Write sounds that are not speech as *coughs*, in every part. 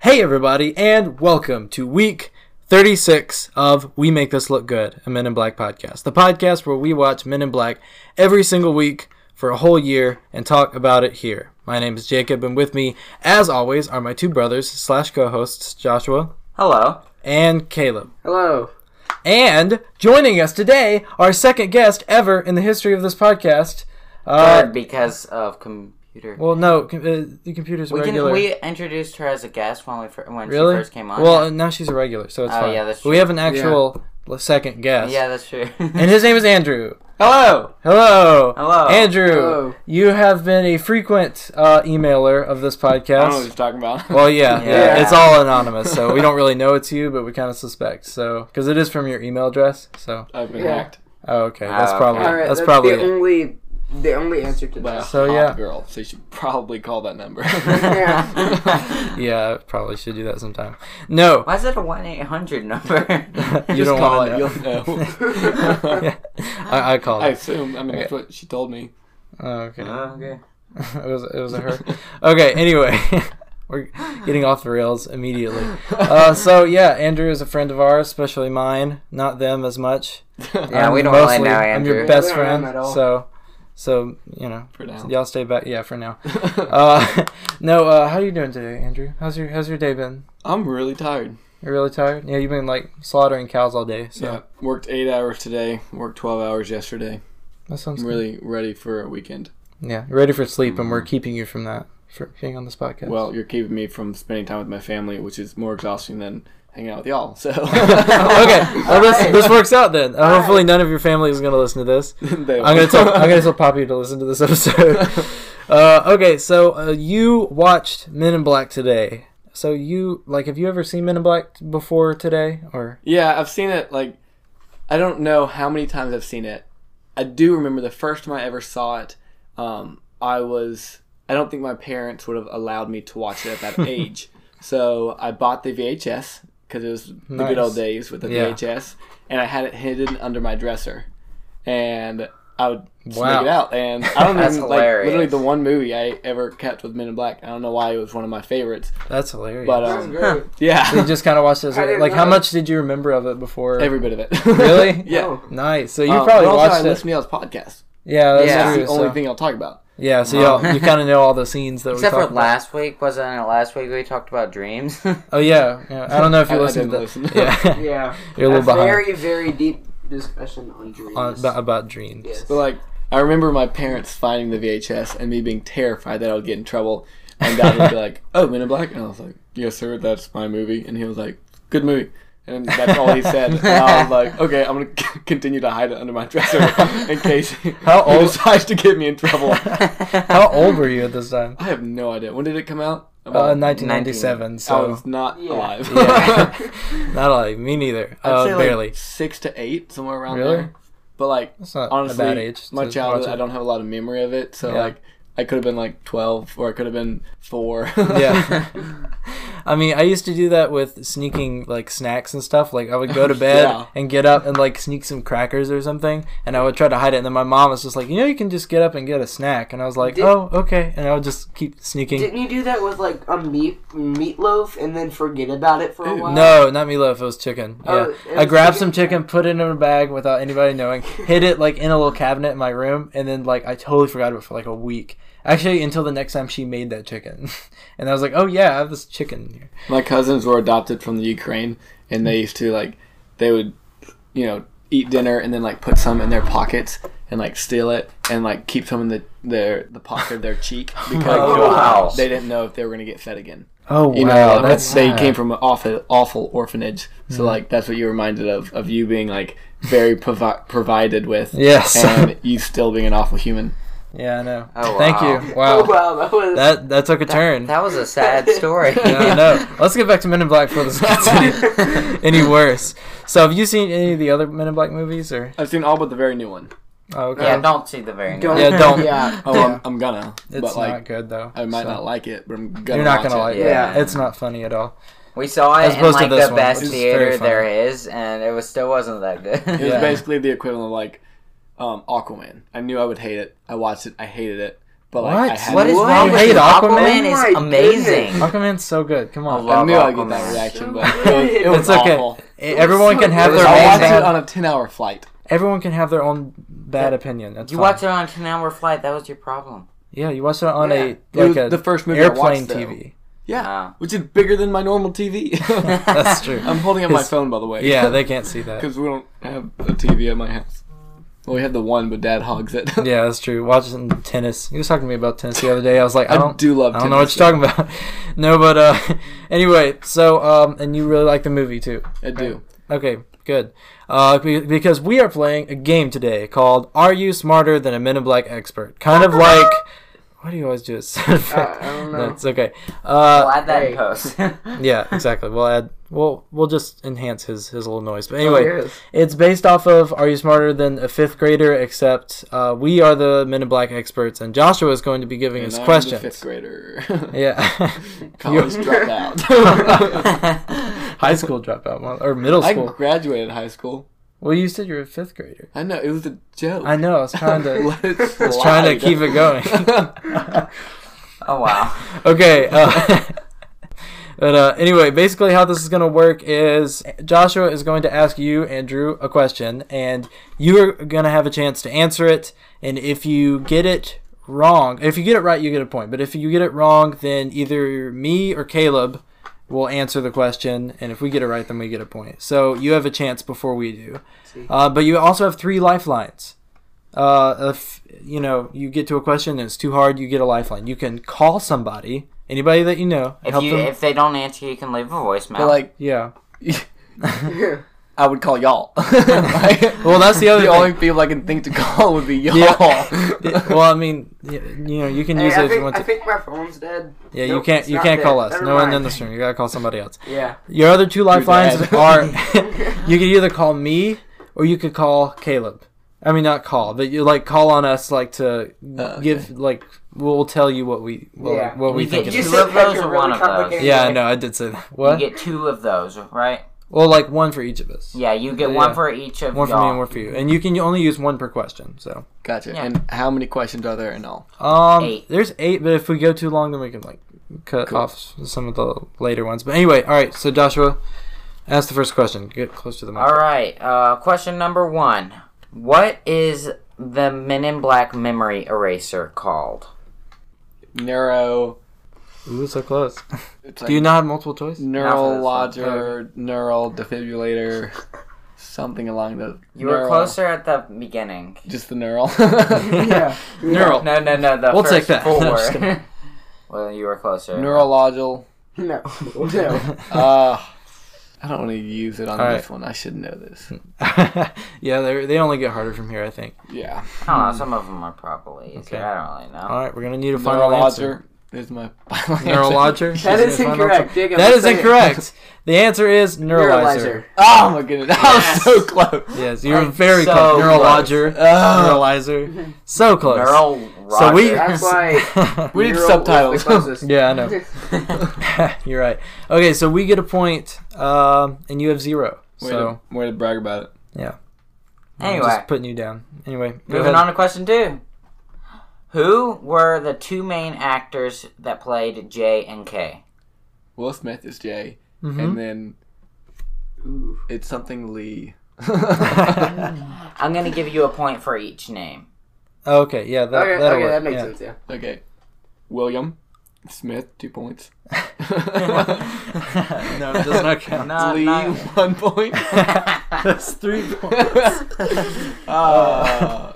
Hey, everybody, and welcome to week 36 of We Make This Look Good, a Men in Black podcast. The podcast where we watch Men in Black every single week for a whole year and talk about it here. My name is Jacob, and with me, as always, are my two brothers slash co hosts, Joshua Hello. and Caleb. Hello. And joining us today, our second guest ever in the history of this podcast. Or Uh, because of computer. well, no, com- uh, the computer's a we, regular. can, we introduced her as a guest when we fir- when really? she first came on. Well, now she's a regular, so it's Oh, fine. yeah, that's But We true. have an actual l- second guest. yeah, that's true. And his name is Andrew. *laughs* *laughs* Hello. Hello. Hello. Andrew, Hello. you have been a frequent uh, emailer of this I Oh, don't know what podcast. you're talking about. Well, yeah, yeah, Yeah. It's all anonymous, so we don't really know it's you, but we kind of suspect. So, because it is from your email address. So, I've been Yeah. hacked oh, okay, that's okay. probably All right, that's, that's, probably the it. only the only answer to by a this. So, hot yeah. girl, so you should probably call that *laughs* number. *laughs* Yeah. Yeah, I probably should do that sometime. No. Why is it a one eight hundred number? *laughs* You *laughs* don't call want to it, you'll know. *laughs* yeah, I, I called I it. assume. I mean, that's what she told me. Oh, okay. okay. *laughs* it was it was a *laughs* her. Okay, anyway, *laughs* we're getting off the rails immediately. *laughs* Uh, so yeah, Andrew is a friend of ours, especially mine. Not them as much. Yeah, we don't really know I'm your Andrew. best We don't know friend, him at all. so so you know, For now. *laughs* y'all stay back. Yeah, for now. Uh, *laughs* no, uh, how you doing today, Andrew? How's your how's your day been? I'm really tired. You're really tired. Yeah, you've been like slaughtering cows all day. So Yeah. Worked eight hours today, worked 12 hours yesterday. that sounds I'm really ready for a weekend. Good. Yeah, you're ready for sleep, and we're keeping you from that for being on this podcast. Well, you're keeping me from spending time with my family, which is more exhausting than hanging out with y'all. *laughs* So *laughs* *laughs* okay. Well, this, Alright. this works out then. Uh, hopefully, none of your family is going to listen to this. They- I'm going to tell *laughs* I'm going to tell Poppy to listen to this episode. Uh, okay, so uh, you watched Men in Black today. So you like have you ever seen Men in Black before today or Yeah, I've seen it like I don't know how many times I've seen it. I do remember the first time I ever saw it. Um, I was I don't think my parents would have allowed me to watch *laughs* it at that age. So I bought the VHS because it was the Nice. good old days with the Yeah. VHS, and I had it hidden under my dresser, and I would sneak Wow. it out. And I *laughs* don't That's even like literally hilarious. the one movie I ever kept with Men in Black. I don't know why it was one of my favorites, That's hilarious. but That's um, great. you yeah, just kind of watched this I didn't like how know. much did you remember of it before? *laughs* every bit of it. Really? *laughs* yeah. Oh. nice. So you Um, probably but also watched I it. listen to y'all's podcast. Yeah, that's Yeah. That's true. the only so- thing Um, I'll talk about. Yeah, so Oh. y'all, you kind of know *laughs* all the scenes that Except we for talked about. last week, wasn't it? Last week we talked about dreams. Oh yeah, yeah. I don't know if you I- I listened to that. didn't listen. *laughs* *laughs* Yeah. Yeah. You're a little behind. very very deep discussion on dreams. on, about, about dreams. yes. But like, I remember my parents finding the VHS and me being terrified that I would get in trouble. And Dad would be like, "Oh, Men in Black," and I was like, "Yes, sir, that's my movie." And he was like, "Good movie." And that's all he said. And I was like, "Okay, I'm gonna c- continue to hide it under my dresser in case *laughs* he How old- decides to get me in *laughs* trouble." How old were you at this time? I have no idea. When did it come out? Uh, Well, 1997. I So was not Yeah. alive. Yeah. not like me neither. *laughs* I'd Uh, say, like, barely. six to eight, somewhere around Really? there. But like, That's not honestly, a bad age. to my watch childhood, it. I don't have a lot of memory of it. So Yeah. like, I could have been like twelve, or I could have been four. *laughs* Yeah. *laughs* I mean, I used to do that with sneaking like snacks and stuff. Like I would *laughs* go to bed Yeah. and get up and like sneak some crackers or something, and I would try to hide it. And then my mom was just like, "You know, you can just get up and get a snack." And I was like, Did- "Oh, okay." And I would just keep sneaking. Didn't you do that with like a meat meatloaf and then forget about it for a Ew. while? No, not meatloaf. It was chicken. Yeah, Oh, it I was grabbed chicken? some chicken, put it in a bag without anybody knowing, hid it like in a little cabinet in my room, and then like I totally forgot about it for like a week. Actually, until the next time she made that chicken, *laughs* and I was like, "Oh yeah, I have this chicken here." my cousins were adopted from the Ukraine, and they used to like, they would, you know, eat dinner and then like put some in their pockets and like steal it and like keep some in the their the pocket of *laughs* their cheek because Oh, wow. they didn't know if they were gonna get fed again. Oh wow, You know, that's Mm. that's they came from an awful, awful orphanage. So like that's what you're reminded of of you being like very provi- provided with, yes, *laughs* and you still being an awful human. yeah, I know. Oh, Thank wow. you. *laughs* Oh Wow, *laughs* wow, that was that that took a turn. *laughs* that was a sad story. yeah, I *laughs* know. Let's get back to Men in Black before this *laughs* gets any, any worse. So, have you seen any of the other Men in Black movies? Or I've seen all but the very new one. oh, okay, Yeah, don't see the very. Don't- yeah, don't. Yeah. Oh, I'm, I'm gonna, it's but not like good though. I might so- not like it, but I'm gonna. You're not watch gonna it. like Yeah. it. It's not funny at all. We saw As it in opposed to like this the one, best which is theater very funny. there is, and it was still wasn't that good. It was Yeah. basically the equivalent of like um, Aquaman. I knew I would hate it. I watched it. I hated it. But like, I What? had What is to- What? wrong You with hate you? Aquaman? Oh Aquaman, My is amazing. goodness. Aquaman's so good. Come on. I I knew I'd get Aquaman. that reaction, *laughs* So but it was, it good. was It's okay. awful. E- Everyone can have It their was I own watched it bad, on a ten-hour flight. everyone can have their own bad opinion. That's You fine. watched it on a ten-hour flight. That was your *laughs* problem. Yeah, you watch it on Yeah. a It was like a the first movie I airplane watched, though. TV. Yeah, Wow. which is bigger than my normal *laughs* TV. Oh. That's true. I'm holding up my His- phone, by the way. Yeah, *laughs* they can't see that. because we don't have a TV at my house. Well, we have the one, but Dad hogs it. Yeah, that's true. Watching tennis. He was talking to me about tennis the other day. I was like, I I, don't, do love. I don't know what you're talking about. *laughs* no, but uh, *laughs* anyway. So um, and you really like the movie too. talking. *laughs* I do. Okay, good. Uh, be- because we are playing a game today called "Are You Smarter Than a Men in Black Expert?" Kind of like. Why do you always do it? Uh, I *laughs* don't know. That's okay. Uh, *laughs* I'll add that in hey. post. *laughs* yeah, exactly. We'll add. We'll we'll just enhance his his little noise. But Oh, anyway, here it is. it's based off of Are You Smarter Than a Fifth Grader? Except uh, we are the Men in Black experts, and Joshua is going to be giving And us I'm the questions. Fifth grader. *laughs* *laughs* Yeah, *laughs* College You're- *laughs* dropout. high school dropout well, or middle *laughs* I school. graduated high school. well, you said you're a fifth grader. I know it was a joke. *laughs* I know. I was trying to. Let it I was trying to slide. keep it going. oh *laughs* wow. *laughs* Okay. Uh, but uh, anyway, basically, how this is going to work is Joshua is going to ask you, Andrew, a question, and you're going to have a chance to answer it. And if you get it wrong, if you get it right, you get a point. But if you get it wrong, then either me or Caleb will answer the question. And if we get it right, then we get a point. So you have a chance before we do. See. Uh, but you also have three lifelines. Uh, if you know you get to a question and it's too hard, you get a lifeline. You can call somebody, anybody that you know, and If help you them. if they don't answer, you can leave a voicemail. *laughs* But like, yeah. I would call y'all. *laughs* well, *laughs* Well, that's the other *laughs* the thing. only people I can think to call would be y'all. *laughs* Yeah, well, I mean, y- you know, *laughs* you can *laughs* Hey, use it I, if you think, want I to. think my phone's dead. Yeah, you Nope, can't. it's You not can't dead. call us. Never No one in mind. this room. You gotta call somebody *laughs* else. *laughs* Yeah. Your other two lifelines dad. are *laughs* *laughs* you could either call me or you could call Caleb. I mean, not call, but you like call on us, like to okay. give, like we'll tell you what we what, Oh, Yeah. what we You think. get it two is. of those or one of those? Yeah, I know. I did say that. you What? get two of those, right? well, like one for each of us. Yeah, you get Yeah. one for each of One for y'all. me and one for you. And you can only use one per question. So, Gotcha. Yeah. And how many questions are there in all? um, Eight. there's eight, but if we go too long, then we can like cut off some of the later ones. But anyway, all right. So Joshua, ask the first question. Get close to the mic. All right. Uh, question number one: What is the Men in Black memory eraser called? Neuro. Ooh, so close. It's Do you not have multiple choice? neural Half of this one. lodger, neural defibrillator, something along those. You were neural- closer at the beginning. Just the neural. Yeah. *laughs* Neural. No, no, no. The We'll take first that. *laughs* No, I'm just Four. *laughs* well, you were closer. *laughs* Neurological. *laughs* No. *laughs* No. Uh, I don't want to use it on All Hmm. this one. I should know this. yeah, they they only get harder from here, I think. Yeah. I don't know. Some of them are probably. easier. Okay. Uh, I don't really know. All right, we're gonna need a final answer. *laughs* Neurologer is my *laughs* final answer. Neural lodger? That is Final answer? incorrect. Jacob, That let's is say it. *laughs* incorrect. The answer is neuralizer. Neuralizer. *laughs* Oh my goodness. I was so close. Yes, you're I'm very so close. close. *laughs* Neurologer. Oh, Neuralizer. So close. Neural So we. *laughs* Roger. That's why- we need Neural subtitles. was the closest. yeah, I know. *laughs* You're right. Okay, so we get a point, um, and you have zero. *laughs* way, so to, way to brag about it. I'm anyway, just putting you down. Anyway, go moving ahead. on to question two. Who were the two main actors that played J and K? Will Smith is Jay, Mhm. and then *laughs* Ooh. it's *laughs* something Lee. *laughs* I'm gonna give you a point for each name. Oh, Okay, yeah, that, Okay, that'll okay, work. that makes yeah. sense, yeah. Okay. William Smith, *laughs* two points. no, it *laughs* does not count. No, Lee, no. one *laughs* point. That's three points. uh,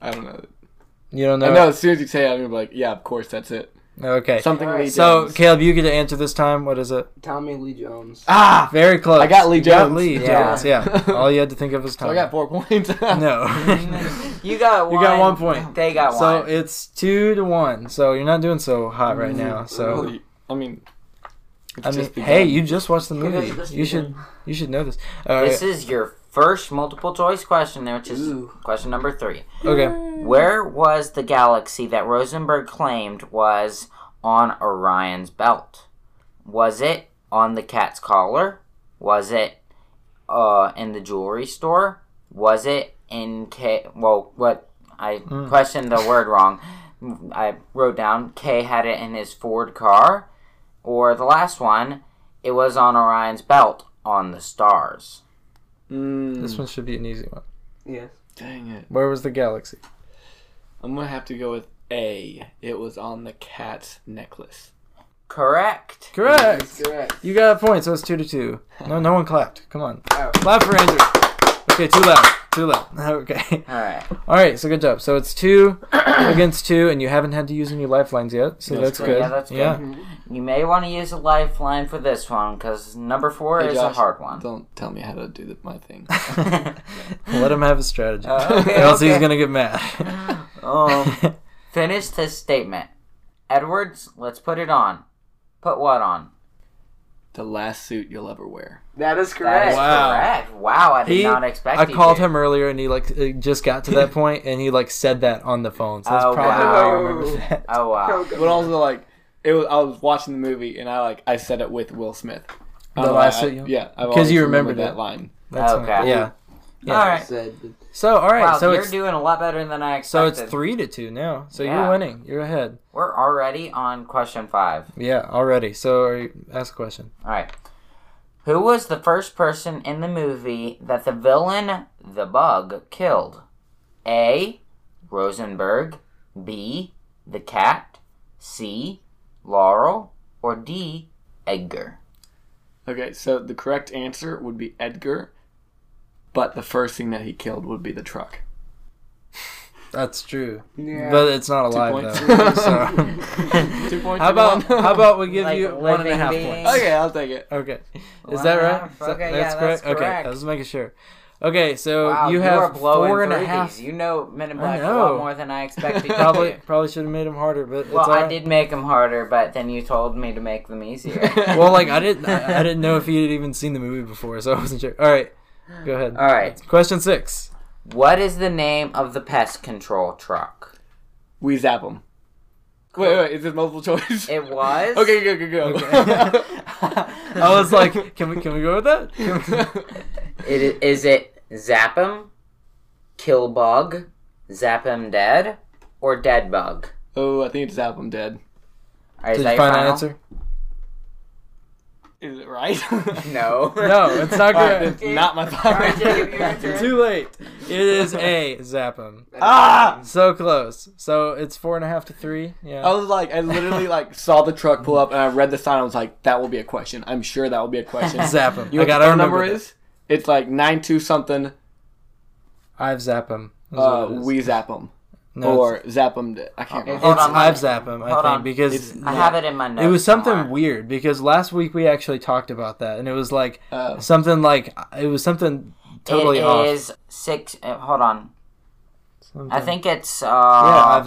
I don't know. You don't I know. know as soon as you say it, I'm gonna be like, yeah, of course, that's it. Okay. Something All right. Lee So, Jones. Caleb, you get to answer this time. What is it? Tommy Lee Jones. ah, Very close. I got Lee You got Jones. Lee Yeah. Jones, yeah. *laughs* All you had to think of was time. so I got four points. *laughs* no. you got one. You got one point. *laughs* They got So one. it's two to one. So you're not doing so hot right now. So Really, I mean, it's I mean, just begun. hey, you Mm. just watched the Look at movie. this You should again. you should know this. All this right. is your first multiple choice question, which is Ooh. question number three. Okay. Where was the galaxy that Rosenberg claimed was on Orion's belt? Was it on the cat's collar? Was it uh, in the jewelry store? Was it in K? Well, what I questioned the word wrong. I wrote down K had it in his Ford car, or the last one, it was on Orion's belt on the stars. Mm, This one should be an easy one. Yes. dang it. Where was the galaxy? I'm gonna have to go with A. It was on the cat's necklace. Correct. *laughs* Correct. Correct. You got points. So it's two to two. No, no one clapped. Come on, Oh. clap for Andrew. Okay, too loud. Too loud. *laughs* Okay. All right. All right. So good job. So it's two against two, and you haven't had to use any lifelines yet. So that's, That's good. great. Yeah, that's good. You may want to use a lifeline for this one because number four Hey, is a Josh, hard one. Don't tell me how to do the, my thing. *laughs* *laughs* Let him have a strategy, Uh, okay, or else he's okay. gonna get *laughs* mad. Oh. Um, finish this statement. Edwards, let's put it on. Put what on? the last suit you'll ever wear. That is That correct. is Wow. correct. Wow, I did He- not expect. I you called to. him earlier, and he like uh, just got to *laughs* that point, and he like said that on the phone. So that's Oh, probably why wow. he remembers that. *laughs* Oh wow. But also like it was. I was watching the movie and I like I said it with Will Smith. I The don't know, last I- suit you'll- Yeah, I've 'Cause always you remembered remembered that it. line. That's Okay. fine. Yeah. Yeah. All right. Said, So all right. Wow, so you're it's doing a lot better than I so expected. it's three to two now. So you're Yeah. winning. You're ahead. We're already on question five. Yeah, already. So are you- ask a question. All right. Who was the first person in the movie that the villain, the bug, killed? A. Rosenberg. B. The cat. C. Laurel. Or D. Edgar. Okay, so the correct answer would be Edgar, but the first thing that he killed would be the truck. That's true, *laughs* yeah. but it's not alive *laughs* points. though. so. Two points. How about how about we give Like you one and a living half being. points? *laughs* Okay, I'll take it. Okay, is that Wow, right? Is that- okay, yeah, that's Okay, correct. I was making sure. Okay, so Wow, you are have blowing four and a through half. These. You know Men in I Black a know. lot more than I expected. *laughs* you *laughs* Probably to. probably should have made them harder, but it's Well, all I right. did make them harder, but then you told me to make *laughs* them easier. Well, like I didn't I, I didn't know if he had even seen the movie before, so I wasn't sure. All right, go ahead. All right. Question six. What is the name of the pest control *laughs* truck? We zap him. Wait, wait, is this multiple choice? It was. *laughs* Okay, go, go, go. I was *laughs* like, can we can we go with that? Can we- It i- is it zap 'em, kill bug, zap 'em dead, or dead bug? *laughs* oh, I think it's zap him dead. All right, is Did that you your find an final? answer? Is it right? No. *laughs* No, it's not All right, correct. that's not my fault. Jacob, *laughs* *laughs* your turn. Too late. It is a Zappum. ah! So close. So it's four and a half to three. Yeah. Oh. I was like, I literally like saw the truck pull up, and I read the sign. I was like, that will be a question. I'm sure that will be *laughs* a question. Zappum. I You know what gotta the phone remember number that. is? It's like nine two something. I've Zappum. is Uh, what it is. we zap them No, it's- or zap them. I can't Okay, remember. hold it's on, I've hold on. Zappum. I Hold think on. because *laughs* I have it in my notes. It was something somewhere. weird because last week we actually talked about that and it was like Oh. something like it was something totally It off. is six. Uh, hold on. Something- I think it's. Uh, yeah, I've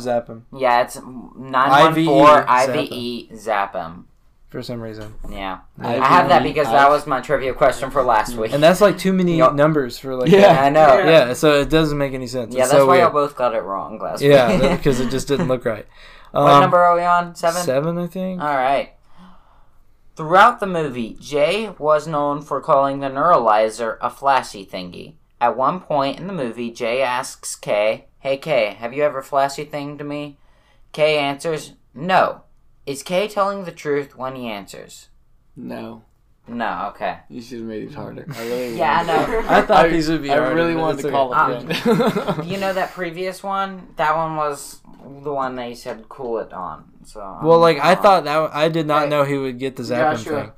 Zappum yeah, it's E nine one four IVE, IVE zap 'em. for some reason, Yeah, Yeah. I have that because that I've- was my trivia question for last week. E and that's like too many Yup. numbers for like Yeah. I know. yeah. So it doesn't make any sense. Yeah, It's that's so why y'all weird. both got it wrong *laughs* last yeah, week. that- because it just didn't look right. Um, what number are we on? Seven? Seven, I think. All right. Throughout the movie, Jay was known for calling the neuralizer a flashy thingy. At one point in the movie, Jay asks Kay, Hey Kay, have you ever flashy thing to me? Kay answers, No. Is Kay telling the truth when he answers? No, No, okay. you should have made it harder. I really. Yeah, I wanted- know. I thought I- these would be. I harder, really but wanted it's okay. to Ah. call okay. him. friend. *laughs* You know that previous one? That one was the one they said cool it on. So *laughs* Well, like Uh-huh. I thought that I did not Hey, know he would get the zapping Joshua, thing.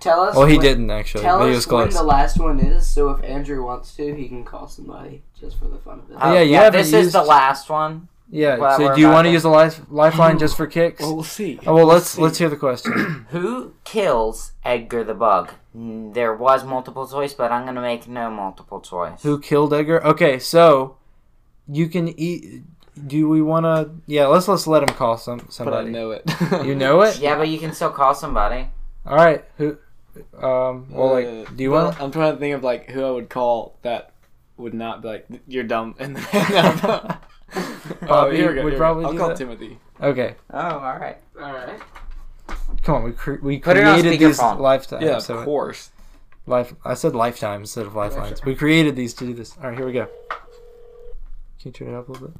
Tell us. Well, he when- didn't actually. Tell But he us was close. when the last one is, so if Andrew wants to, he can call somebody just for the fun of it. yeah, you haven't Oh, This is used- the last one. yeah. Well, So we're do you about want to to- use the life, lifeline just for kicks? well, we'll see. oh well, let's see. let's hear the question. Who kills Edgar the Bug? Mm, There was multiple choice, but I'm gonna make no multiple choice. Who killed Edgar? Okay, so you can eat. Do we want to? Yeah, let's let's let him call some But I somebody. know it. You know *laughs* it. Yeah, but you can still call somebody. All right. Who? Um. Well, Uh, like, do you well, want? I'm trying to think of like who I would call that would not be like you're dumb *laughs* and then *laughs* oh, Bobby here we would go. here we go. probably I'll do call that. Timothy. *laughs* Okay. Oh, all right. All right. Come on, we cre- we Put it on created these speakerphone. lifetimes. Yeah, so- of course. Life. I said lifetime instead of lifelines. We created these to do this. All right, here we go. Can you turn it up a little bit?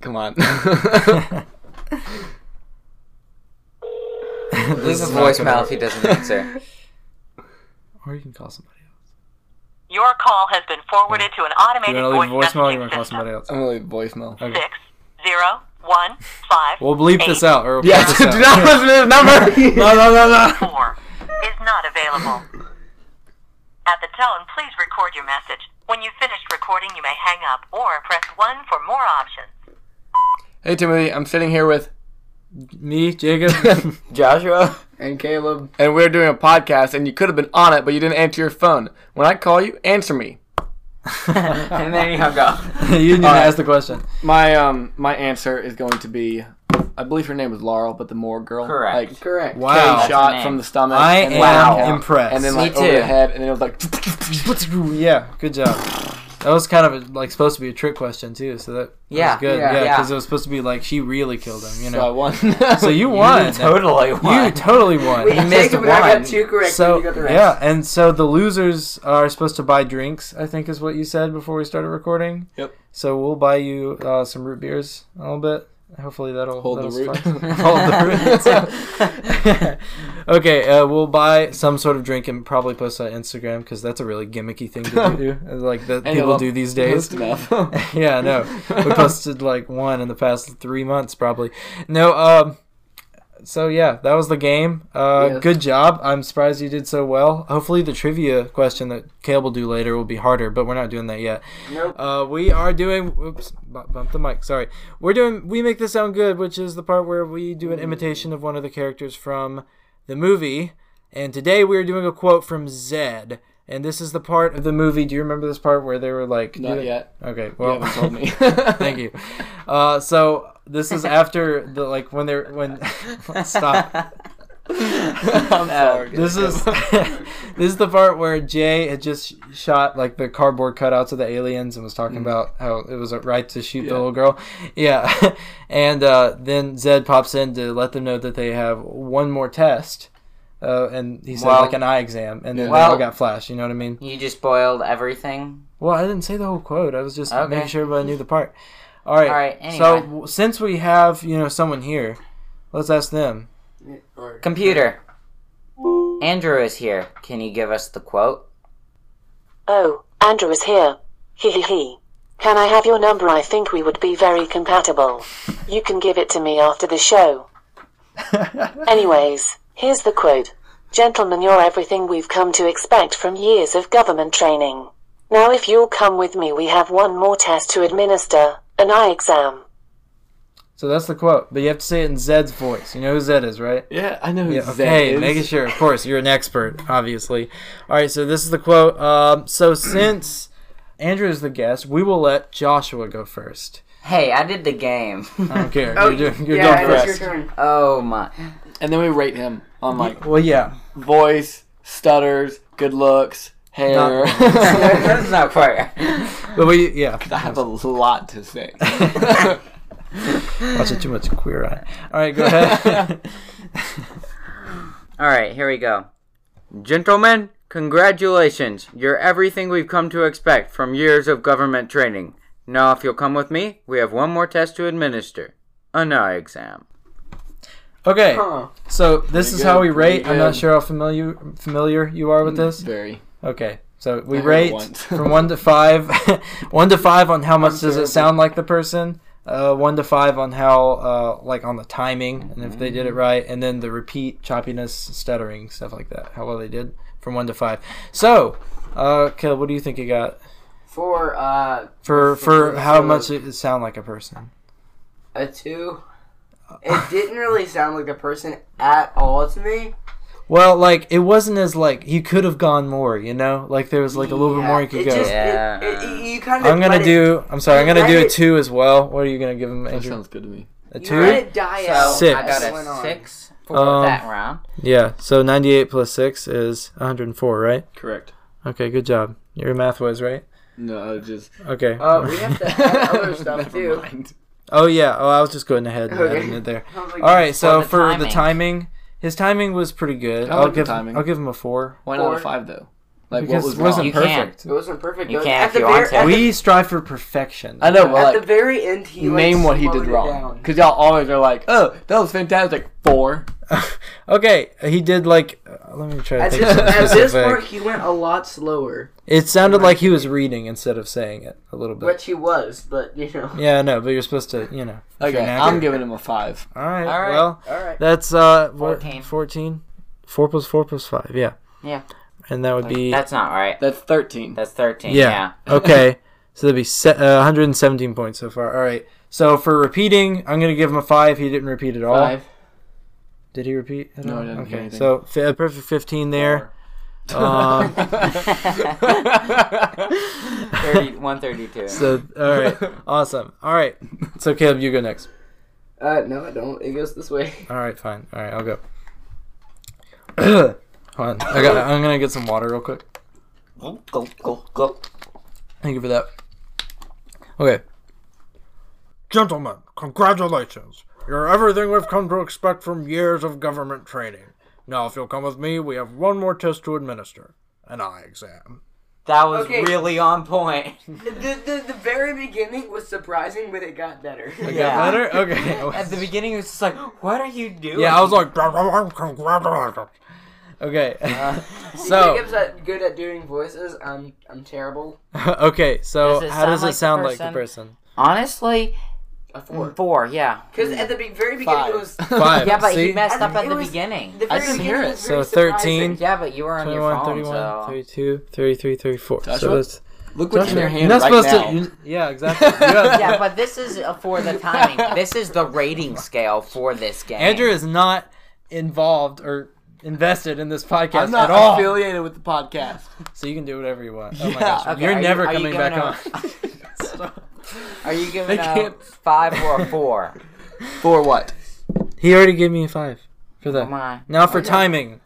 Come *laughs* on. Leave a is not gonna voicemail if he doesn't *laughs* answer. Or you can call somebody else. Your call has been forwarded to an Hmm. You want automated to leave a voice voicemail or you messaging want to call system. somebody else? I'm gonna leave voicemail. Okay. Six zero one five We'll bleep this eight, out. Or we'll *laughs* Yeah, bleep this *laughs* do out. not listen to his number. *laughs* no, no, no, no. Four is not available. At the tone, please record your message. When you've finished recording, you may hang up or press one for more options. Hey Timothy, I'm sitting here with, Me, Jacob. *laughs* Joshua? And Caleb, and we're doing a podcast, and you could have been on it, but you didn't answer your phone. When I call you, answer me. and then he hung up. you didn't even All right. ask the question. My um, my answer is going to be, I believe her name was Laurel, but the Moore girl, Correct. like correct. Wow. getting That's her shot name. from the stomach. I and then am Wow. knockout, impressed. And then Me like over the too. head, and then it was like. *laughs* *laughs* yeah, good job. That was kind of a, like supposed to be a trick question too, so that Yeah, was good. yeah, Yeah, yeah. because it was supposed to be like she really killed him, you So I know. won. So, *laughs* you won. You *laughs* totally won. You totally won. Wait, He missed Jacob and I one. got two correct. and so you got the rest. yeah, and so the losers are supposed to buy drinks. I think is what you said before we started recording. Yep. So we'll buy you uh, some root beers in a little bit. Hopefully that'll Hold the that'll root. *laughs* *laughs* suffice. *laughs* Hold the root. *laughs* okay, uh, we'll buy some sort of drink and probably post on Instagram because that's a really gimmicky thing to *laughs* do, like that I people know. do these Close days. *laughs* enough. yeah, I know. We posted like one in the past three months, probably. No, um, so yeah, that was the game. Uh, Yes. Good job. I'm surprised you did so well. Hopefully, the trivia question that Caleb will do later will be harder, but we're not doing that yet. Nope. Uh, we are doing. Oops, bu- bumped the mic. Sorry. We're doing. We make this sound good, which is the part where we do an imitation of one of the characters from the movie. And today we are doing a quote from Zed. And this is the part of the movie. Do you remember this part where they were like, *laughs* Not doing- yet. Okay, You well, haven't told me. *laughs* thank you. Uh, so this is after the like when they're when *laughs* *laughs* stop. Uh, I'm sorry. This is *laughs* this is the part where Jay had just shot like the cardboard cutouts of the aliens and was talking about how it was a right to shoot the Mm. Yeah. little girl. Yeah, *laughs* and uh, then Zed pops in to let them know that they have one more test. Uh, and he said Well- like an eye exam, and then Yeah. they all Well- got flash. You know what I mean? You just spoiled everything. Well, I didn't say the whole quote. I was just Okay. making sure everybody knew the part. All right. All right, So anyway. w- since we have you know someone here, let's ask them. Or- Computer. Andrew is here. Can you give us the quote? Oh, Andrew is here. Hee hee hee. Can I have your number? I think we would be very compatible. You can give it to me after the show. Anyways, here's the quote Gentlemen, you're everything we've come to expect from years of government training. Now, if you'll come with me, we have one more test to administer an eye exam. So that's the quote, but you have to say it in Zed's voice. You know who Zed is, right? Yeah, I know who Yeah, Zed okay, is. making sure. Of course, you're an expert, obviously. All right, so this is the quote. Um, so since Andrew is the guest, we will let Joshua go first. Hey, I did the game. I don't care. you're doing, you're yeah, going it's first. your turn. *laughs* oh my. And then we rate him on like Well, yeah. voice, stutters, good looks, hair. *laughs* That's *laughs* not fair. *laughs* But we, yeah. I have a lot to *laughs* say. Watching too much queer eye. All right, go *laughs* ahead. All right, here we go. Gentlemen, congratulations. You're everything we've come to expect from years of government training. Now, if you'll come with me, we have one more test to administer an eye exam. okay. Huh. So this is good, how we pretty rate. I'm not good. sure how familiar familiar you are with this. Very. Okay, so we I heard it rate once. from one to five, *laughs* one to five on how much does it terrible. sound like the person. Uh, one to five on how uh, like on the timing and if they Mm. did it right, and then the repeat choppiness, stuttering, stuff like that. How well they did from one to five. So, uh, Caleb, what do you think you got For uh, for for how So- much it it sound like a person? a two, it didn't really sound like a person at all to me. Well, like it wasn't as like he could have gone more, you know, like there was like a little bit Yeah, more he could it go. just- it- Yeah. it- you kind of I'm gonna let it- do. I'm sorry. I'm gonna do a Right. two as well. What are you gonna give him, That Andrew? sounds good to me. a You let two. it die So out. Six. I as got it a went on. Ah, six for Um, that round. Yeah. So 98 plus six is 104, right? Correct. Okay. Good job. Your math was right. No, I just Okay. Uh, we have to *laughs* add *laughs* other stuff Never too. mind. *laughs* oh yeah. Oh, I was just going ahead and Okay. Oh adding it there. I was like, All right. So the for the timing. timing, his timing was pretty good. I I'll like the give timing. I'll give him a four. Why not a Four. five though? Like Because what was it wasn't You wrong? can't. perfect. It wasn't perfect. You though. can't at if the you very, want to. At, We strive for perfection. I know, the, but at like the very end, he like, name what he did slowed it wrong. down. Because y'all always are like, oh, that was fantastic. Four. *laughs* okay, he did like. Uh, let me try to At think. this, of something at this specific. point, he went a lot slower, it sounded like he was reading instead of saying it a little bit. which he was, but you know. yeah, I know, but you're supposed to, you know. if you're Okay, an I'm actor. giving him a five. All right, All right. Well, All right. that's uh, what, 14. 14? Four plus four plus five. Yeah. Yeah. And that would be That's not right. That's thirteen. That's thirteen. Yeah. yeah. okay. *laughs* So that'd be se- uh, 117 points so far. All right. So for repeating, I'm gonna give him a five. He didn't repeat at all. Five. Did he repeat? At No, I all? didn't hear Okay. anything. So fi- a perfect 15 there. *laughs* Um, *laughs* Thirty one thirty two. so all *laughs* right, awesome. All right. So Caleb, you go next. Uh, no, I don't. It goes this *laughs* way. All right, fine. All right, I'll go. *coughs* Hold on. I got, I'm gonna get some water real quick. go go go. Thank you for that. Okay. Gentlemen, congratulations. You're everything we've come to expect from years of government training. Now, if you'll come with me, we have one more test to administer an eye exam. That was Okay. really on *laughs* point. The, the, the very beginning was surprising, but it got better. Yeah. Better? Okay. *laughs* At the beginning, it was just like, "What are you doing?" yeah, I was like, Congratulations. okay. Uh, *laughs* So, so, Jacob's at, uh, good at doing voices. I'm I'm terrible. *laughs* okay. So, Does it how does sound it sound like the person? honestly, A four. Mm, four. Yeah. Because at the be- very beginning Five. it was *laughs* Five. Yeah, but see? he messed I- up at it the was- beginning. the very didn't beginning hear it. was very So 13. surprising. yeah, but you were on your 21, phone, 31, so 32, 33, 34. Joshua? So that's, Look what's in your hand You're not right supposed now. to. you- yeah, exactly. You *laughs* have- *laughs* yeah, but this is uh, for the timing. This is the rating scale for this game. Andrew is not involved or invested in this podcast I'm at not all. affiliated with the podcast. so you can do whatever you want. Oh my Yeah. gosh. Okay, You're are you- never are you coming giving back on. a- *laughs* Are you giving They out can't- five or a four? For what? He already gave me a five for that. Come on. Now for timing.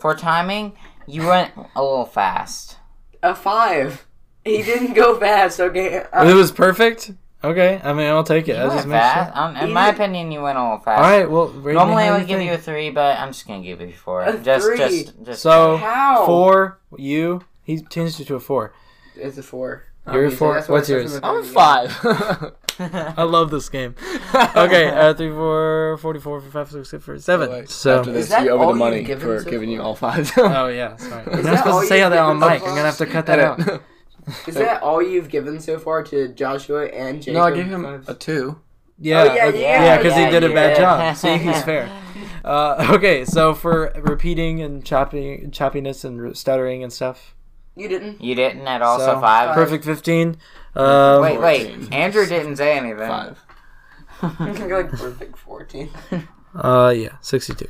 For timing, you went a little fast. A five. He didn't go fast. Okay. It Uh, was perfect. Okay, I mean I'll take it. I You just went make sure. fast. Um, in You my didn't- opinion, you went a little fast. All right, well rate me Normally, how I you would give think. you a three, but I'm just gonna give you four. A just, three. just, just. so How? four. You he changed it to a four. it's a four. You're a Obviously, four. that's what What's it says yours? in the I'm very five. *laughs* I love this game. *laughs* Okay, uh, three, four, 44, five, six, six, four, Oh, seven. so. after this, that you owe all me the you've money given for so giving you all *laughs* five. Oh yeah, sorry. You're that not supposed all to you say that give on us a mic. I'm gonna have to cut that out. Is that all you've given so far to Joshua and Jacob? no, I gave him a two. Yeah, yeah, okay. yeah, yeah, because Oh, yeah, he did a yeah. bad *laughs* job. See, he's fair. Uh, okay, so for repeating and chopping, choppiness and r- stuttering and stuff. You didn't. *laughs* You didn't at all. So, So, five. Perfect fifteen. Um, Wait, wait. Fourteen. Andrew didn't say anything. Five. You're like perfect fourteen. Uh, yeah, sixty-two.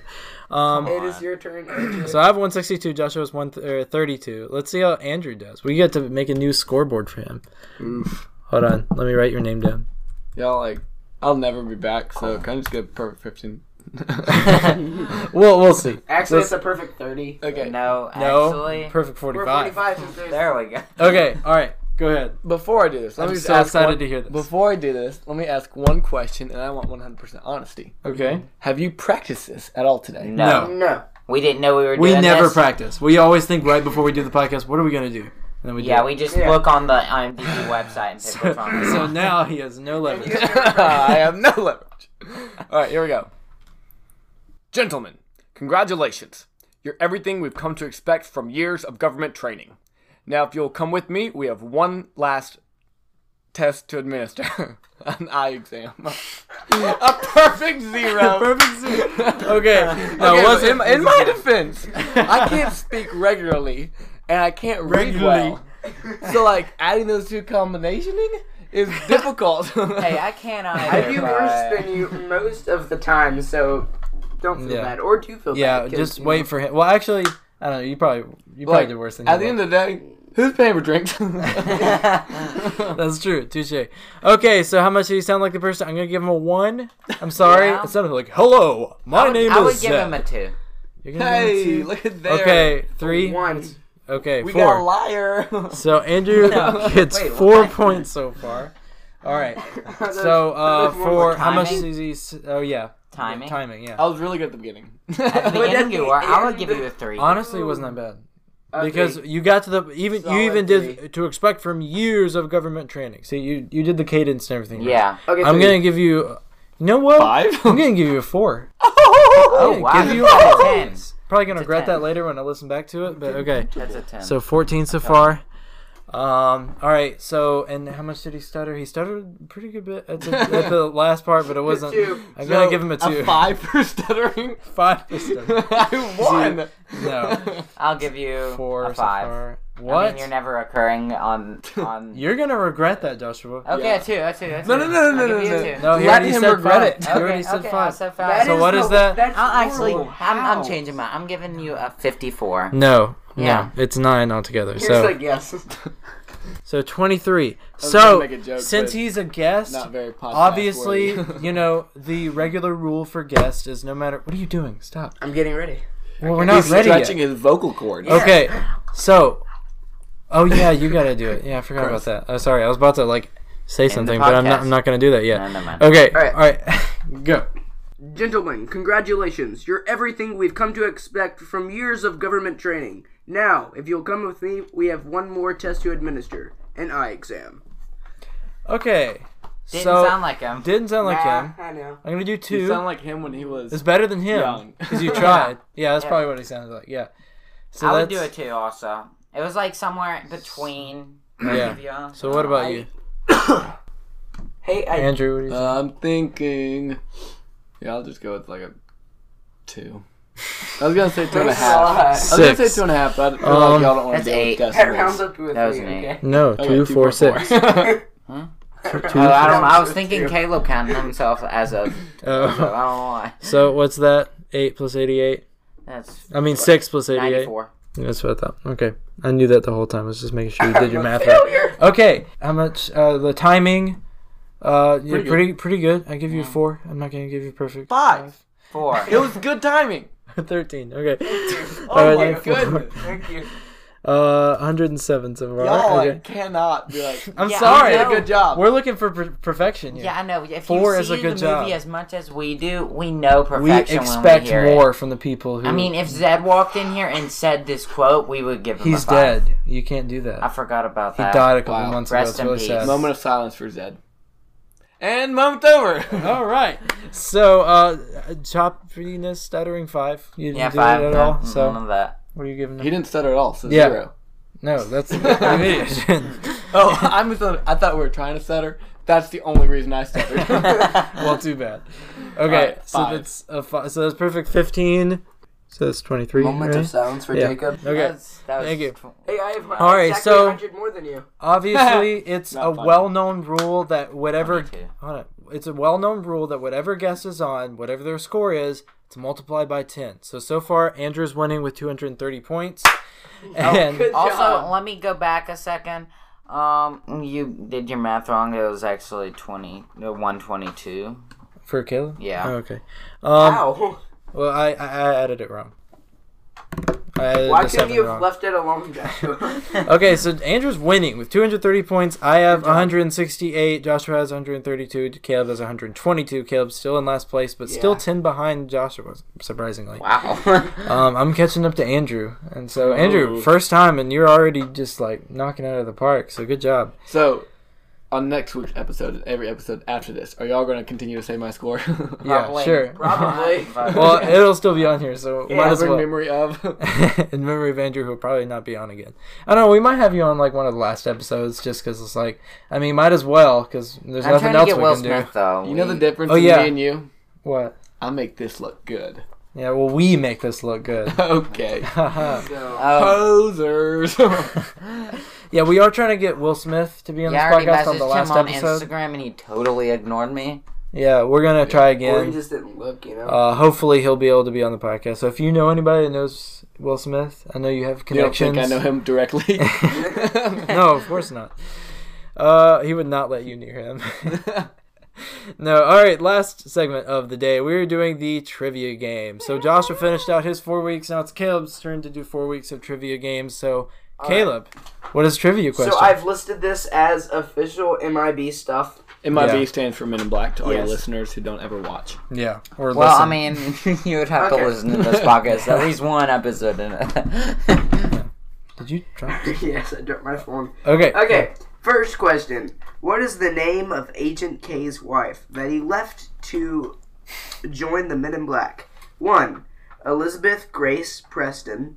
Um, It is your turn. Andrew. so I have one sixty-two. Joshua's one th- er, thirty-two. Let's see how Andrew does. We get to make a new scoreboard for him. Hold on, let me write your name down. Y'all like, I'll never be back. So can I just get perfect *laughs* fifteen? Well, we'll see. Actually, it's a perfect thirty. okay. *laughs* No, No, actually. perfect We're 45. forty-five since there's There we go. Okay, all right, go ahead. Before I do this, let I'm me just so ask excited one- to hear this. Before I do this, let me ask one question, and I want 100% honesty. Okay. Have you practiced this at all today? No. No. No. We didn't know we were We doing never this. practice. We always think right before we do the podcast, what are we gonna do? And then we Yeah, do. it. we just Yeah. look on the *laughs* IMDb website and pick So, what's on. so now he has no leverage. *laughs* I have no leverage. All right, here we go. Gentlemen, congratulations. You're everything we've come to expect from years of government training. Now, if you'll come with me, we have one last test to administer *laughs* an eye exam. *laughs* A perfect *laughs* zero. Perfect suit. Okay. Now Okay, was but in, my- in my defense, I can't speak regularly and I can't read well. So, like, adding those two combinationing is difficult. Hey, I can't I either. do but- *laughs* worse than you most of the time, so don't feel Yeah. bad or do feel Yeah, bad. 'cause, just you wait for him. Well, actually, I don't know. You probably you probably Like, did worse than at you the were. end of the day, Who's paying *laughs* for drinks? That's true. Touche. Okay, so how much do you sound like the person? I'm gonna give him a one. I'm sorry. Yeah. It sounded like hello. My name I would is. give Zach." him a two. You're gonna give him hey, a two? look at there. Okay, three. *laughs* Once. Okay, We got a four. liar. *laughs* So Andrew gets Wait, four what? points so far. All right. *laughs* So uh, more for like how much timing? is he? s- Oh yeah, Timing. timing. I Yeah. was really good at the beginning. At *laughs* the beginning, you the were. I would end. give you a three. Honestly, it wasn't that bad. Okay. Because you got to the even you Solid even three. did to expect from years of government training. See, you you did the cadence and everything. right. Yeah. okay, I'm three. gonna give you. You know what? Five? I'm gonna give you a four. *laughs* *laughs* Oh Yeah, wow. give you That's *laughs* a- a ten. Probably gonna regret ten. that later when I listen back to *laughs* it. But okay. That's a ten. So 14 so far. Um. All right. So and how much did he stutter? He stuttered a pretty good bit at the, *laughs* at the last part, but it wasn't. two. I'm gonna give him a two. A five for stuttering. *laughs* *laughs* Five for stutter. I *laughs* won. No. I'll give you Four a so five. far. What? I mean, you're never *laughs* occurring on on. You're gonna regret that, Joshua. okay, Yeah. a two, a two, a two. No, no, no, no, I'll no, give you a no, two. No, he Let already him said regret five. it. He Okay, already said okay, I'll five. say That five. So what the- is that? that's I'll actually, horrible. I'm, How? I'm changing my. I'm giving you a 54. No. no, Yeah. it's nine altogether. You're so, just *laughs* like, yes. so twenty-three. was gonna So, make a joke, since but he's a guest, Not very podcast obviously, *laughs* worthy. you know the regular rule for guests is no matter what are you doing, stop. I'm getting ready. Well, we're not He's ready yet. stretching his vocal cords. Okay, so, oh yeah, you gotta do it. Yeah, I forgot about that. Oh, sorry, I was about to like say something, but I'm not. podcast. I'm not gonna do that yet. No, never mind. Okay, all All right, right. all right, go. Gentlemen, congratulations. You're everything we've come to expect from years of government training. Now, if you'll come with me, we have one more test to administer an eye exam. *laughs* Okay, Didn't so sound like him. didn't sound like him. I know. I'm gonna do two. You sound like him when he was. It's better than him Young. because you tried. Yeah, that's probably what he sounded like. Yeah. So I would that's, do a two also. It was like somewhere between. Yeah. Yeah. So what about you, Hey, I. *laughs* Andrew? What do you think? Uh, I'm thinking. Yeah, I'll just go with like a two. I was gonna say two and a half. I was gonna Six. say two and a half, but I feel Um, like y'all don't want That's to deal eight. with That rounds decimals. up to a That was three, an eight. *laughs* okay? no, Okay, two, four, more, four. *laughs* six. *laughs* Oh, I don't. I was thinking Caleb counted himself as a. I don't know Uh, why. *laughs* so what's that? Eight plus eighty-eight. That's I mean, six plus eighty-eight. 94. That's what I thought. Okay, I knew that the whole time. I was just making sure you did your math right. Okay, how much? Uh, the timing. Uh, you're Pretty good. pretty pretty good. I give you a four. I'm not gonna give you perfect. Five. Four. *laughs* It was good timing. *laughs* Thirteen. Okay. Oh Alright, my four. goodness. Thank you. *laughs* Uh, 107 so far. Y'all okay. like, cannot be like. I'm Yeah, sorry. I did a good job. We're looking for per- perfection here. Yeah, I know. If Four you is see a good the movie job. as much as we do, we know we perfection when expect we hear it. more from the people who. I mean, if Zed walked in here and said this quote, we would give him he's a five. dead. You can't do that. I forgot about he that. died a couple Wow. months Rest in ago. It's peace. really sad. Moment of silence for Zed. And moment over. All right. So, uh, choppiness, stuttering five. You didn't Yeah, do five. it at no, all. mm, So, none of that. what are you giving? *laughs* he Them? didn't stutter at all, so Yeah. *laughs* zero. No, that's an idiot. Oh, I'm stutter. I thought we were trying to stutter. That's the only reason I *laughs* stuttered. *laughs* well, too bad. Okay, right, so five. that's a five. So that's perfect. Fifteen. So that's twenty-three. Moment right? of silence for Yeah. Jacob. Okay. *laughs* That's, that was Thank you. tw- Hey, I have All right, exactly so- 100 more than you. Obviously, it's Not a funny. well-known rule that whatever Twenty-two. hold on, it's a well-known rule that whatever guess is on, whatever their score is, it's multiplied by 10. So so far Andrew's winning with 230 points. And Oh, Good Also, job. let me go back a second. Um, you did your math wrong. It was actually twenty, no, one twenty-two. for Caleb? Yeah. Oh, okay. *laughs* Wow. Well, I, I I added it wrong. I added Why the couldn't seven you wrong. have left it alone, Joshua? *laughs* okay, so Andrew's winning with 230 points. I have 168. Joshua has 132. Caleb has 122. Caleb's still in last place, but still 10 behind Joshua, surprisingly. Wow. Um, I'm catching up to Andrew, and so Andrew, first time, and you're already just like knocking it out of the park. So good job. so, on next week's episode, and every episode after this, are y'all going to continue to say my score? *laughs* yeah, Probably. sure. *laughs* Probably. Well, it'll still be on here, so might as Whatever well. memory *laughs* of. *laughs* In memory of Andrew, who'll probably not be on again. I don't know. We might have you on like one of the last episodes, just because it's like, I mean, might as well, because there's I'm nothing trying to else get we Will can Smith do. though. You know the difference Oh, between yeah. me and you? What? I make this look good. *laughs* Yeah. Well, we make this look good. Okay. Um, Oh, *laughs* Posers. yeah, we are trying to get Will Smith to be on yeah, I this already podcast on the messaged last him on episode. Instagram and he totally ignored me. Yeah, we're gonna try Or he again. just didn't look, you know. Uh, hopefully, he'll be able to be on the podcast. So if you know anybody that knows Will Smith, I know you have You don't connections. think I know him *laughs* directly? *laughs* no, of course not. Uh, he would not let you near *laughs* him. no, all right. Last segment of the day, we are doing the trivia game. So Joshua finished out his four weeks. Now it's Caleb's turn to do four weeks of trivia games. So Caleb, what is trivia question? so I've listed this as official MIB stuff. MIB Yeah. stands for Men in Black to all your Yes. listeners who don't ever watch. yeah. Or Well, listen. I mean, *laughs* you would have Okay. to listen to this podcast at least one episode in it. *laughs* did you? Try? *laughs* yes, I dropped my phone. Okay. *laughs* Okay, first question. What is the name of Agent K's wife that he left to join the Men in Black? One, Elizabeth Grace Preston.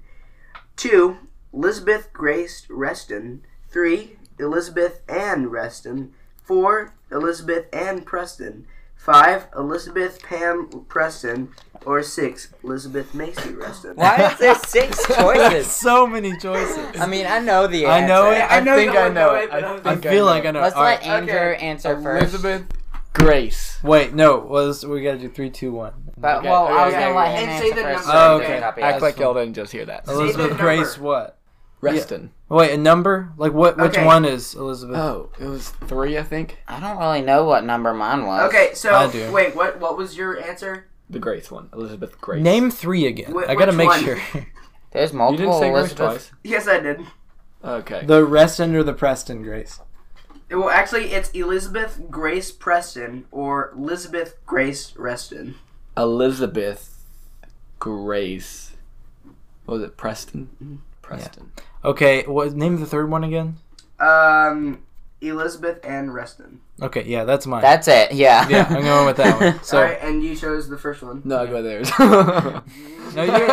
Two, Elizabeth Grace Reston. Three, Elizabeth Ann Reston. Four, Elizabeth Ann Preston. Five, Elizabeth Pam Preston. Or six, Elizabeth Macy Reston. Why is there *laughs* six choices? So many choices. I mean, I know the I answer. know it. I, know think you I don't know know it. it, but I I, was- I feel like I know. Let's All right. let Andrew okay. answer first. Elizabeth Grace. Wait, no. Was we gotta do three, two, one? But, Okay, well, I was okay, gonna let okay. him And answer say the first. number. Oh, so I okay. can copy Act us. like y'all didn't just hear that. Elizabeth number. Grace. What? Reston. Wait, a number? Like what? Which Okay. one is Elizabeth? Oh, it was three, I think. I don't really know what number mine was. Okay, I so do. wait, what what was your answer? The Grace one. Elizabeth Grace. Name three again. Wh- I gotta which make one? sure. *laughs* There's You didn't multiple say Grace Elizabeths. twice. Yes, I did. Okay. the Reston or the Preston Grace? Well, actually, it's Elizabeth Grace Preston or Elizabeth Grace Reston. Elizabeth Grace. What was it? Mm-hmm. Preston? Preston. Okay, what name the third one again? Um, Elizabeth and Reston. Okay, yeah, that's mine. That's it. Yeah. *laughs* yeah, I'm going with that *laughs* one. So All right, and you chose the first one. No, I go there. no, you, *laughs* *laughs* no, you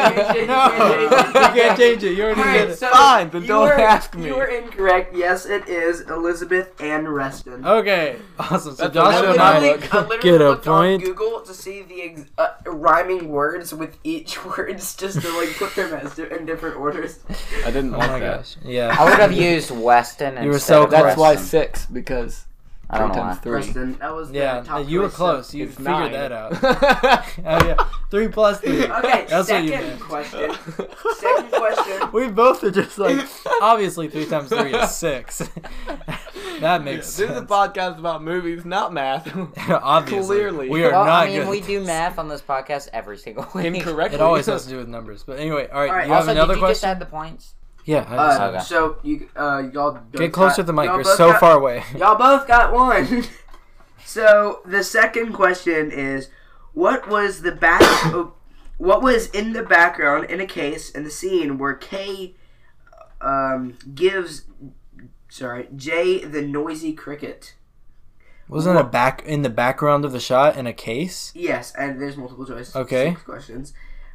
can't change it. You already did it. Fine, then you don't were- ask me. You were incorrect. Yes, it is Elizabeth and Reston. Okay, awesome. So That's another Joshua I and I. literally, look. I literally Oh, Get a looked point. on Google to see the ex- uh, rhyming words with each *laughs* words just to like put them as di- in different orders. *laughs* I didn't Oh like my that. gosh. Yeah. I would have used Weston instead were so of close. That's why Preston. six, because I three don't know times why. three. Preston, that was the Yeah, top you were choice, so- close. You figured nine. that out. *laughs* oh, yeah. Three plus three. Okay, *laughs* That's what you second did. question. *laughs* Second question. *laughs* We both are just like, obviously, three times three *laughs* is six. *laughs* that makes This is sense. a podcast about movies, not math. *laughs* obviously. Clearly. We are Well, not I mean, good. *laughs* we do math on this podcast every single week. Incorrectly. It *laughs* always has to do with numbers. But anyway, all right. All right, you Also, have another did you just question? add the points? Yeah. I just- Uh, Okay. So you uh, y'all both Get closer to got- the mic. y'all You're both so got- far away. Y'all both got one. *laughs* so the second question is, what was the back? *coughs* oh, what was in the background in a case in the scene where K um, gives, sorry, J the noisy cricket? *laughs* Wasn't it a back in the background of the shot in a case? *laughs* Yes, and there's multiple choice. Okay. Six questions.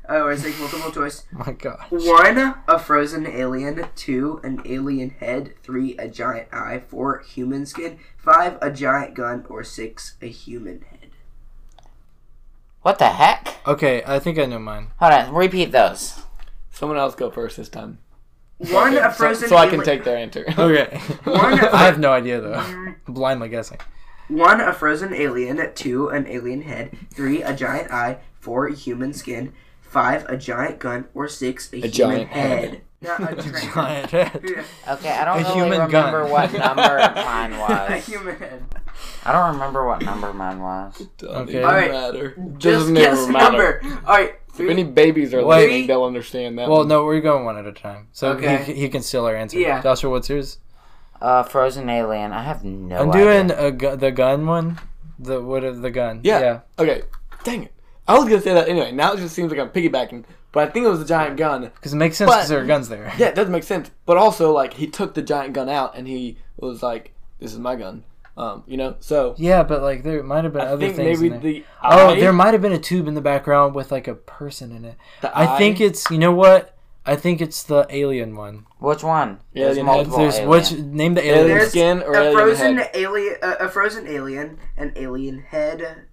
Oh, or six multiple choice. My God. One, a frozen alien. Two, an alien head. Three, a giant eye. Four, human skin. Five, a giant gun. Or six, a human head. What the heck? Okay, I think I know mine. *laughs* Hold on. Repeat those. Someone else go first this time. One, a So, frozen so I alien. can take their answer. *laughs* Okay. One, a- I have no idea though. *laughs* Blindly *laughs* guessing. One, a frozen alien. Two, an alien head. Three, a giant eye. Four, human skin. Five, a giant gun. Or six, a, human giant head. head. Not a giant. Giant head. *laughs* Yeah, Okay, I A don't really human remember gun. *laughs* what number mine a was. human head. I don't remember what number mine was. *laughs* Doesn't Okay. even Alright. matter. Just Doesn't guess even the matter. number. All right. If any Three. babies are Wait. listening, they'll understand that. Well, one. no, we're going one at a time, so Okay. he, he can steal our answer. Yeah. Joshua, what's yours? Uh, Frozen Alien. I have no I'm idea. doing a gu- the gun one. The what of the gun? Yeah. Okay. Dang it. I was gonna say that anyway. Now it just seems like I'm piggybacking, but I think it was a giant gun. Because it makes sense because But- there are guns there. Yeah, it does make sense. But also, like, he took the giant gun out and he was like, "This is my gun," um, you know. So *laughs* Yeah, but like there might have been I other think things. maybe in there. the Oh, eye- there might have been a tube in the background with like a person in it. the I think eye- it's you know what? I think it's the alien one. Which one? There's Alien multiple. There's alien. which name the Alien alien. There's skin or a alien frozen head? alien, uh, a frozen alien, an alien head.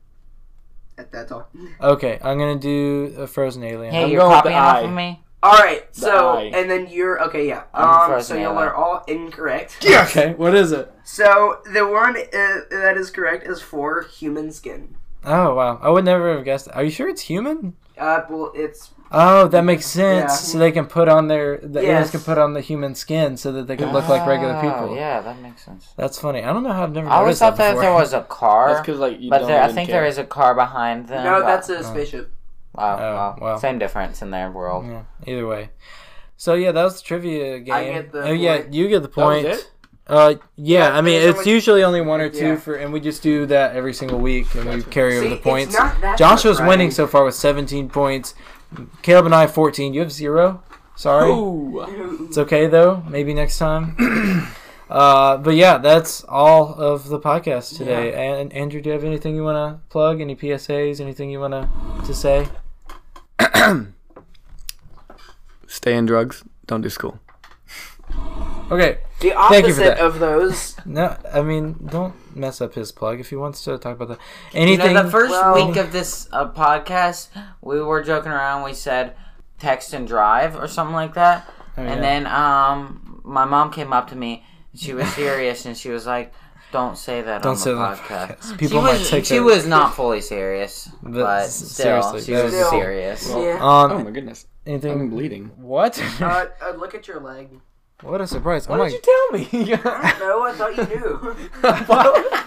That- That's all. Okay, I'm gonna do a frozen alien. Hey, I'm you're going with copying the off eye. of me. All right. So eye. and then you're okay. Yeah. I'm a Um. So frozen y'all alien. are all incorrect. Okay, what is it? So the one uh, that is correct is for human skin. Oh wow, I would never have guessed. Are you sure it's human? Uh, well, it's Oh, that makes sense. Yeah. So they can put on their the aliens Yes. can put on the human skin so that they can look like regular Ah, people. Yeah, that makes sense. That's funny. I don't know how I've never I noticed always that thought that before. there was a car. That's because like you but don't there, I even think care. there is a car behind them. no, but- that's a spaceship. Oh, oh, wow. Same difference in their world. Yeah, *laughs* either way. So yeah, that was the trivia game. get the oh yeah, point. you get the was point. it? Uh yeah, I mean there's it's only- usually only one or two Yeah. for and we just do that every single week and we carry over See, the it's points. not that Joshua's much, winning Ryan. so far with 17 points. Caleb and I 14. You have 0. Sorry. Ooh. It's okay though. Maybe next time. *clears throat* uh, but yeah, that's all of the podcast today. And Andrew, do you have anything you want to plug? Any PSAs? Anything you want to to say? Stay in drugs. Don't do school. Okay. The Thank you for opposite that. of those. *laughs* No, I mean don't mess up his plug if he wants to talk about that. You Anything? know, the first Well- week of this uh, podcast, we were joking around. We said text and drive or something like that. Oh, yeah. And then um, my mom came up to me. and She was serious and she was like, "Don't say that Don't on say the that on the podcast." podcast. People she might was, take she that- was not fully serious, but, s- still, seriously, she that was was- serious. Yeah. um, Oh my goodness. I'm anything? bleeding. What? Uh, uh, look at your leg. *laughs* what a surprise! oh What my! did you tell *laughs* me? No, I thought you *laughs* knew.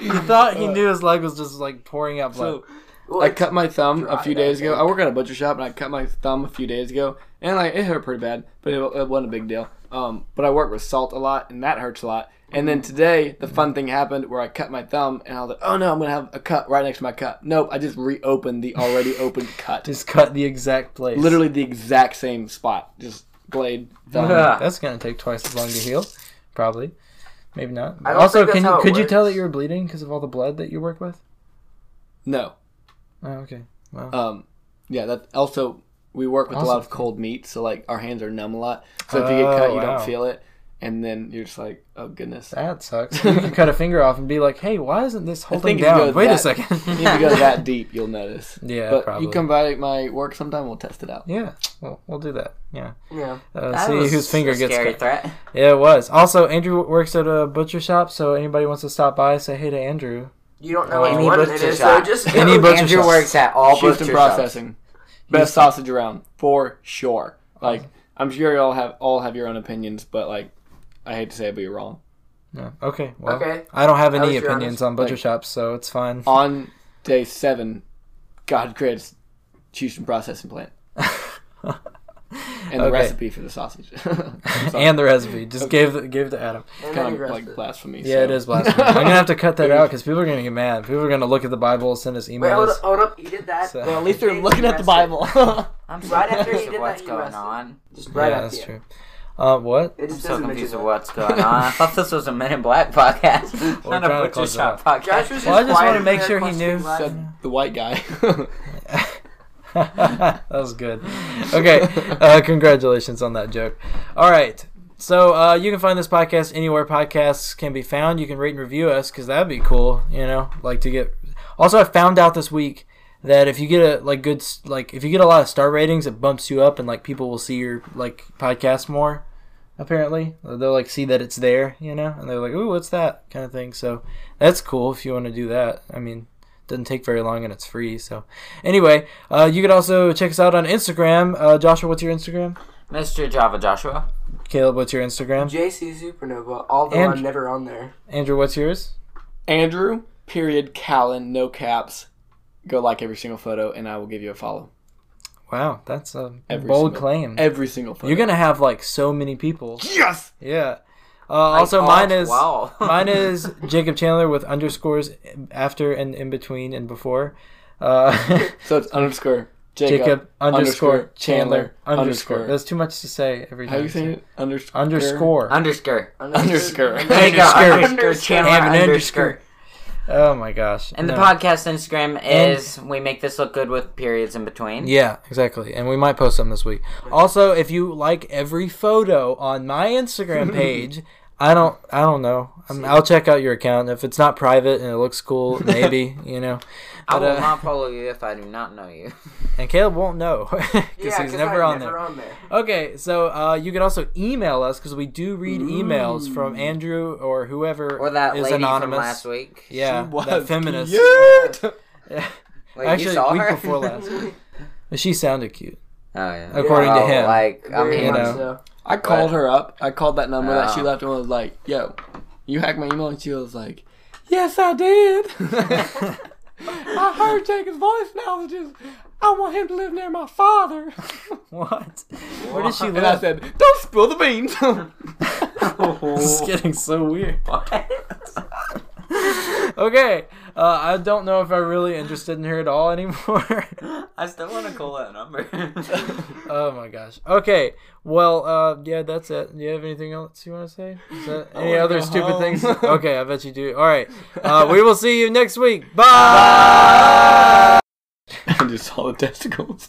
*laughs* you thought he knew his leg was just like pouring out blood. So Well, I it's- cut my thumb a few dried, I days ago. I work at a butcher shop, and I cut my thumb a few days ago, and like it hurt pretty bad, but it, it wasn't a big deal. Um, but I work with salt a lot, and that hurts a lot. And then today, the fun thing happened where I cut my thumb, and I was like, "Oh no, I'm gonna have a cut right next to my cut." Nope, I just reopened *laughs* the already open cut. just cut the exact place. literally the exact same spot, just blade *laughs* thumb. Yeah. That's gonna take twice as long to heal, probably. Maybe not. I don't Also, think that's can you how it could you tell works. that you were bleeding because of all the blood that you work with? No, Oh, okay. um, yeah. That also we work with a lot Awesome. of cold meat, so like our hands are numb a lot. So if you get Oh, cut, you wow. don't feel it, and then you're just like, "Oh goodness." That *laughs* sucks. You could cut a finger off and be like, "Hey, why isn't this holding think if you down?" go Wait a that- second. *laughs* if you go *laughs* that deep, you'll notice. Yeah, but probably. you come by my work sometime, we'll test it out. yeah, well, we'll do that. Yeah, Yeah. uh, That see was whose finger a gets scary cut. threat. Yeah, it was. Also, Andrew works at a butcher shop, so anybody wants to stop by, say hey to Andrew. You don't know Any what it butcher is, shop. so *laughs* just go. Any butcher Andrew shop. works at all Houston butcher shops. processing, best sausage around for sure. Like I'm sure y'all have all have your own opinions, but like I hate to say it, but you're wrong. Yeah. Okay. Well, Okay. I don't have any was your opinions honest- on butcher like- shops, so it's fine. *laughs* On day seven, God creates Houston processing plant. and the Okay. recipe for *laughs* the sausage. *laughs* I'm sorry. and the recipe. Just gave the, gave to Adam. And then kind you of rest like it. blasphemy. Yeah, so. it is blasphemy. I'm gonna have to cut that out because people are gonna get mad. People are gonna look at the Bible, send us emails. Wait, hold up, hold up. You did that. So- *laughs* Well, at least they're looking at the Bible. I'm so Right after confused he of did what's that, he going arrested on. Just right yeah, up that's here. true. Uh, what? It I'm just so doesn't mention confused of that. what's *laughs* going on. I thought this was a Men in Black podcast, We're not a trying to butcher close it shop up. podcast. Josh was Well, I just quiet want to in make there sure he questioning knew. life. Said the white guy. *laughs* *laughs* that was good. Okay, uh, congratulations on that joke. All right. So uh, you can find this podcast anywhere podcasts can be found. You can rate and review us because that'd be cool. You know, like to get. Also, I found out this week that if you get a like good s- like if you get a lot of star ratings, it bumps you up and like people will see your like podcast more. Apparently, they'll like see that it's there, you know, and they're like, "Ooh, what's that?" kind of thing. So that's cool if you want to do that. I mean, doesn't take very long and it's free. So anyway, uh, you could also check us out on Instagram. Uh, Joshua, what's your Instagram? Mr. Java Joshua. Caleb, what's your Instagram? JC Supernova, although And- I'm never on there. Andrew, what's yours? Andrew, period, Callan, no caps. Go like every single photo, and I will give you a follow. Wow, that's a Every bold single- claim. Every single photo. You're gonna have like so many people. yes. Yeah. Uh, also, all mine is *laughs* 12. *laughs* mine is Jacob Chandler with underscores after and in between and before. *laughs* Uh, So it's underscore Jacob, Jacob underscore Chandler underscore. That's too much to say every time. How you saying it? Underscore. Underscore. Underscore. Underscore. *laughs* Take a Underscore. Underscore. Channel Have an underscore. Oh my gosh. And the No. podcast Instagram is we make this look good with periods in between. Yeah, exactly. And we might post some this week. Also, if you like every photo on my Instagram page, I don't I don't know. I'm, I'll check out your account. If it's not private and it looks cool, maybe, you know. I But, will uh, not follow you if I do not know you. *laughs* and Caleb won't know *laughs* because Yeah, he's 'cause never I'm on never there. on there. Okay, so uh, you can also email us because we do read emails from Andrew or whoever Or that is lady anonymous. from last week. *laughs* Yeah, that feminist. Cute. Like, you Actually, saw week her? before *laughs* last. Oh, But she sounded cute. *laughs* Oh yeah. According to Oh, him. like I Very mean, much *laughs* so. I called her up. I called that number that she Oh. left and was like, "Yo, you hacked my email," and she was like, "Yes, I did. *laughs* I heard Jacob's voice messages. I want him to live near my father." What? Where did she And I live? said, "Don't spill the beans." *laughs* This is getting so weird. *laughs* okay, uh, I don't know if I'm really interested in her at all anymore. *laughs* I still want to call that number. *laughs* oh my gosh. Okay, well, uh, yeah, that's it. Do you have anything else you want to say? Is that any wanna other go stupid home. things? Okay, I bet you do. All right, uh, we will see you next week. Bye. I just saw the testicles.